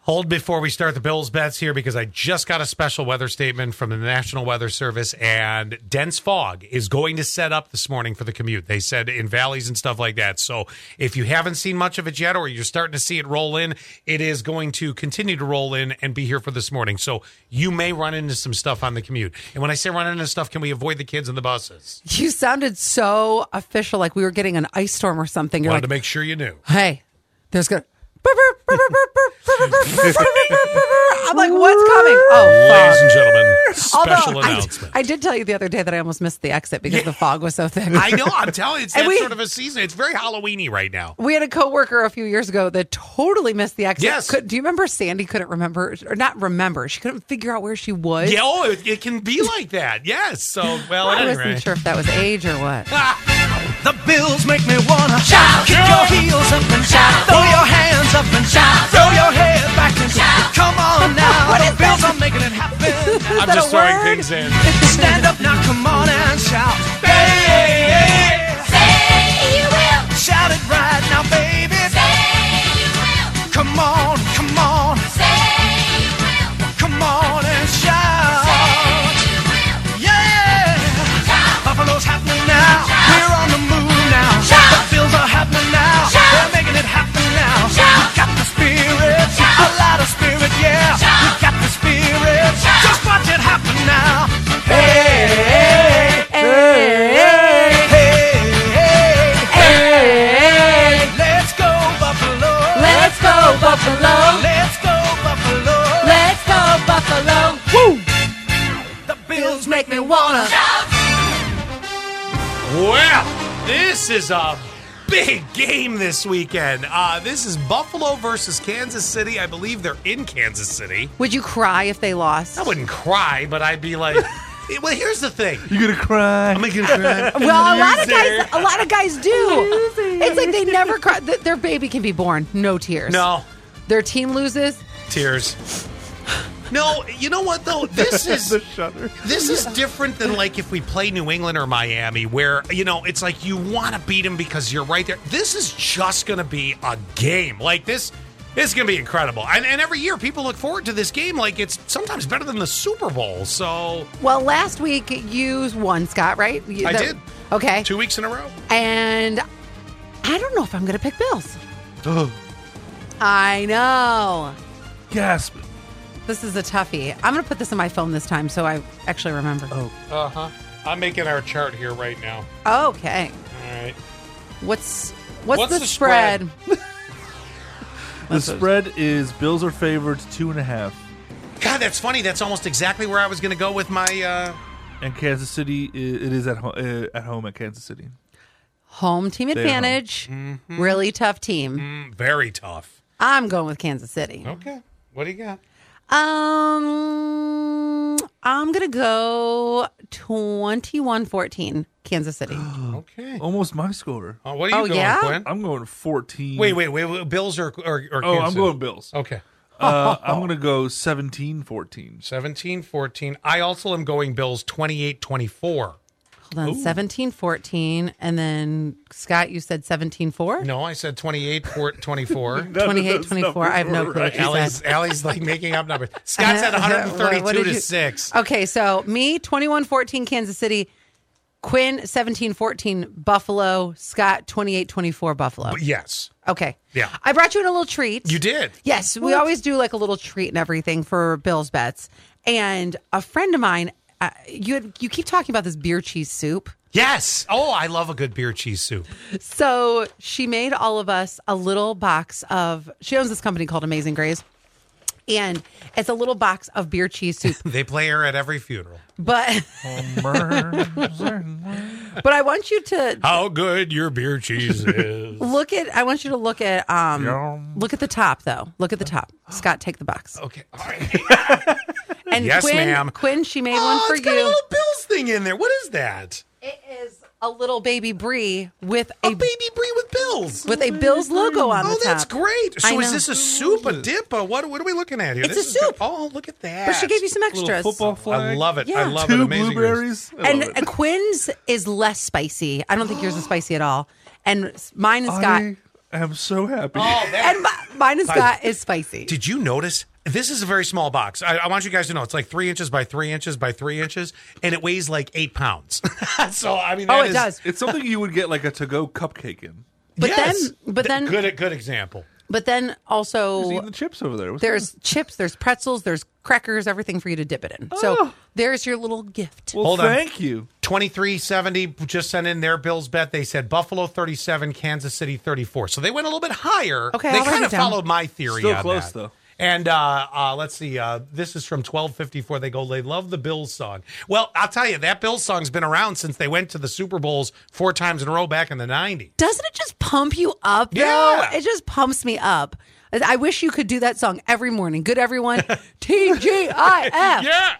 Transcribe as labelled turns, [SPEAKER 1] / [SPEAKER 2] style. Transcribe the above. [SPEAKER 1] Hold before we start the Bills bets here because I just got a special weather statement from the National Weather Service, and dense fog is going to set up this morning for the commute. They said in valleys and stuff like that. So if you haven't seen much of it yet, or you're starting to see it roll in, it is going to continue to roll in and be here for this morning. So you may run into some stuff on the commute. And when I say run into stuff, can we avoid the kids and the buses?
[SPEAKER 2] You sounded so official, like we were getting an ice storm or something. You're
[SPEAKER 1] Wanted
[SPEAKER 2] like,
[SPEAKER 1] to make sure you knew.
[SPEAKER 2] hey, there's gonna. I'm like, what's coming? Oh,
[SPEAKER 1] Ladies and gentlemen,
[SPEAKER 2] Although
[SPEAKER 1] special
[SPEAKER 2] I-
[SPEAKER 1] announcement.
[SPEAKER 2] I, did tell you the other day that I almost missed the exit because the fog was so thick.
[SPEAKER 1] I know. I'm telling you, it's
[SPEAKER 2] And
[SPEAKER 1] that
[SPEAKER 2] we-
[SPEAKER 1] sort of a season. It's very Halloweeny right now.
[SPEAKER 2] we had a coworker a few years ago that totally missed the exit.
[SPEAKER 1] Yes.
[SPEAKER 2] Could, do you remember Sandy couldn't remember or not remember? She couldn't figure out where she was.
[SPEAKER 1] Yeah, oh, it, it can be like that. Yes. So, well,
[SPEAKER 2] I wasn't
[SPEAKER 1] anyway.
[SPEAKER 2] sure if that was age or what.
[SPEAKER 3] The bills make me wanna shout. Kick your heels up and shout. Throw your hands up and shout. Throw your head back and shout. Come on now. the bills are making it happen.
[SPEAKER 1] I'm
[SPEAKER 2] that
[SPEAKER 1] just
[SPEAKER 2] a
[SPEAKER 1] throwing
[SPEAKER 2] word?
[SPEAKER 1] things in.
[SPEAKER 3] Stand up now. Come on and shout. Hey,
[SPEAKER 4] Say you will.
[SPEAKER 3] shout it right now, baby.
[SPEAKER 4] Say you will.
[SPEAKER 3] Come on, come on,
[SPEAKER 4] Say you will.
[SPEAKER 3] come on and shout.
[SPEAKER 4] Say you will.
[SPEAKER 3] Yeah! Buffalo's happening now. We're on the move now. The Bills are happening now. They're making it happen now. We got the spirit. A lot of spirit, yeah. We got the spirit. Just watch it happen now. Hey, hey, hey, hey. Let's go, Buffalo.
[SPEAKER 2] Let's go, Buffalo.
[SPEAKER 3] Let's go, Buffalo.
[SPEAKER 2] Let's go, Buffalo. Woo!
[SPEAKER 3] The Bills make me wanna.
[SPEAKER 1] Well, this is a big game this weekend. Uh, this is Buffalo versus Kansas City. I believe they're in Kansas City.
[SPEAKER 2] Would you cry if they lost?
[SPEAKER 1] I wouldn't cry, but I'd be like, Eh, well, here's the thing.
[SPEAKER 3] You're gonna cry.
[SPEAKER 1] I'm making cry.
[SPEAKER 2] Well, a lot of
[SPEAKER 1] Loser.
[SPEAKER 2] guys, a lot of guys do. It's like they never cry. Th- Their baby can be born, no tears.
[SPEAKER 1] No,
[SPEAKER 2] their team loses.
[SPEAKER 1] tears. No, you know what though? This is This is different than like if we play New England or Miami, where you know it's like you want to beat them because you're right there. This is just going to be a game. Like this, this is going to be incredible. And, and every year, people look forward to this game. Like it's sometimes better than the Super Bowl. So
[SPEAKER 2] Well, last week you won, Scott, right? You-
[SPEAKER 1] I
[SPEAKER 2] that-
[SPEAKER 1] did.
[SPEAKER 2] Okay,
[SPEAKER 1] two weeks in a row.
[SPEAKER 2] and I don't know if I'm going to pick Bills.
[SPEAKER 1] Oh.
[SPEAKER 2] I know
[SPEAKER 5] Gasp.
[SPEAKER 2] this is a toughie. I'm going to put this in my phone this time, so I actually remember. Oh.
[SPEAKER 1] Uh huh. I'm making our chart here right now.
[SPEAKER 2] Okay.
[SPEAKER 1] All right.
[SPEAKER 2] What's what's,
[SPEAKER 1] What's
[SPEAKER 2] the,
[SPEAKER 1] the
[SPEAKER 2] spread?
[SPEAKER 1] spread?
[SPEAKER 5] The spread is Bills are favored two and a half,
[SPEAKER 1] God, that's funny. That's almost exactly where I was going to go with my. uh
[SPEAKER 5] and Kansas City i- it is at home uh, at home at Kansas City.
[SPEAKER 2] Home team
[SPEAKER 5] home.
[SPEAKER 2] advantage.
[SPEAKER 1] Mm-hmm.
[SPEAKER 2] Really tough team.
[SPEAKER 1] Very tough.
[SPEAKER 2] I'm going with Kansas City.
[SPEAKER 1] Okay. What do you got?
[SPEAKER 2] Um, I'm gonna go 21-14, Kansas City.
[SPEAKER 5] Hmm.
[SPEAKER 1] Okay.
[SPEAKER 5] Almost my score.
[SPEAKER 1] Oh, what are you
[SPEAKER 2] Oh,
[SPEAKER 1] going,
[SPEAKER 2] yeah?
[SPEAKER 1] Gwen?
[SPEAKER 5] I'm going fourteen.
[SPEAKER 1] Wait, wait, wait, wait. Bills or or, or
[SPEAKER 5] Oh,
[SPEAKER 1] Kansas?
[SPEAKER 5] I'm going Bills.
[SPEAKER 1] Okay.
[SPEAKER 5] Uh, I'm going to go 17-14.
[SPEAKER 1] 17 14. I also am going Bills 28 24.
[SPEAKER 2] Hold on, 17-14, and then Scott, you said 17-4?
[SPEAKER 1] No, I said 28 for- 24.
[SPEAKER 2] 28-24. I have no clue. what you
[SPEAKER 1] Allie's,
[SPEAKER 2] said.
[SPEAKER 1] Allie's like making up numbers. Scott said 132
[SPEAKER 2] What did
[SPEAKER 1] to
[SPEAKER 2] you-
[SPEAKER 1] 6.
[SPEAKER 2] Okay, so me 21-14, Kansas City. Quinn 17-14, Buffalo. Scott 28-24, Buffalo.
[SPEAKER 1] Yes,
[SPEAKER 2] Okay.
[SPEAKER 1] Yeah.
[SPEAKER 2] I brought you in a little treat.
[SPEAKER 1] you did.
[SPEAKER 2] Yes, we always do like a little treat and everything for Bill's bets. And a friend of mine, uh, you had, you keep talking about this beer cheese soup.
[SPEAKER 1] Yes. Oh, I love a good beer cheese soup.
[SPEAKER 2] So she made all of us a little box of. She owns this company called Amazing Grays, and it's a little box of beer cheese soup.
[SPEAKER 1] They play her at every funeral.
[SPEAKER 2] but but I want you to
[SPEAKER 1] How good your beer cheese is.
[SPEAKER 2] look at. I want you to look at um
[SPEAKER 5] Yum.
[SPEAKER 2] look at the top though. Look at the top. Scott, take the box.
[SPEAKER 1] okay. All right.
[SPEAKER 2] And
[SPEAKER 1] Yes,
[SPEAKER 2] Quinn,
[SPEAKER 1] ma'am.
[SPEAKER 2] Quinn, she made one
[SPEAKER 1] Oh,
[SPEAKER 2] for
[SPEAKER 1] it's got a
[SPEAKER 2] you.
[SPEAKER 1] little Bills thing in there. What is that?
[SPEAKER 2] It is a little baby brie with a,
[SPEAKER 1] A baby brie with Bills.
[SPEAKER 2] with a Bills logo on
[SPEAKER 1] Oh,
[SPEAKER 2] the top.
[SPEAKER 1] that's great.
[SPEAKER 2] I
[SPEAKER 1] So
[SPEAKER 2] know.
[SPEAKER 1] is this a soup, a dip? A what, what are we looking at here?
[SPEAKER 2] It's
[SPEAKER 1] This
[SPEAKER 2] a
[SPEAKER 1] is good.
[SPEAKER 2] soup.
[SPEAKER 1] Oh, look at that.
[SPEAKER 2] But she gave you some
[SPEAKER 5] Little
[SPEAKER 2] extras.
[SPEAKER 5] football
[SPEAKER 1] I
[SPEAKER 5] flag.
[SPEAKER 1] love it. I
[SPEAKER 2] Yeah.
[SPEAKER 1] love it.
[SPEAKER 5] Two
[SPEAKER 1] Amazing Grace.
[SPEAKER 5] blueberries. I
[SPEAKER 2] And
[SPEAKER 5] love it.
[SPEAKER 2] uh, Quinn's is less spicy. I don't think yours is spicy at all. And s- mine is Scott.
[SPEAKER 5] I- am so
[SPEAKER 1] Oh,
[SPEAKER 5] happy.
[SPEAKER 2] And mi- mine has got is spicy.
[SPEAKER 1] Did you notice? This is a very small box. I, I want you guys to know it's like three inches by three inches by three inches, and it weighs like eight pounds. so I mean,
[SPEAKER 2] Oh,
[SPEAKER 1] that
[SPEAKER 2] it
[SPEAKER 1] is-
[SPEAKER 2] does.
[SPEAKER 5] It's something you would get like a to-go cupcake in.
[SPEAKER 2] But
[SPEAKER 1] Yes.
[SPEAKER 2] then, but then,
[SPEAKER 1] good good example.
[SPEAKER 2] but then
[SPEAKER 5] Just
[SPEAKER 2] also
[SPEAKER 5] eating the chips over there. What's
[SPEAKER 2] there's chips, there's pretzels, there's crackers, everything for you to dip it in. So there's your little gift.
[SPEAKER 5] that? Oh. well,
[SPEAKER 1] Hold on.
[SPEAKER 5] thank you.
[SPEAKER 1] Twenty three seventy just sent in their Bills bet. They said Buffalo thirty seven, Kansas City thirty four. So they went a little bit higher.
[SPEAKER 2] Okay,
[SPEAKER 1] they
[SPEAKER 2] I'll write
[SPEAKER 1] kind
[SPEAKER 2] it
[SPEAKER 1] of
[SPEAKER 2] down.
[SPEAKER 1] followed my theory.
[SPEAKER 5] Still
[SPEAKER 1] on
[SPEAKER 5] close,
[SPEAKER 1] that.
[SPEAKER 5] though.
[SPEAKER 1] And uh, uh, let's see. Uh, this is from twelve fifty four. They go. They love the Bills song. Well, I'll tell you that Bills song's been around since they went to the Super Bowls four times in a row back in the nineties.
[SPEAKER 2] Doesn't it just pump you up? though?
[SPEAKER 1] Yeah.
[SPEAKER 2] it just pumps me up. I wish you could do that song every morning. Good everyone, T G I F.
[SPEAKER 1] Yeah.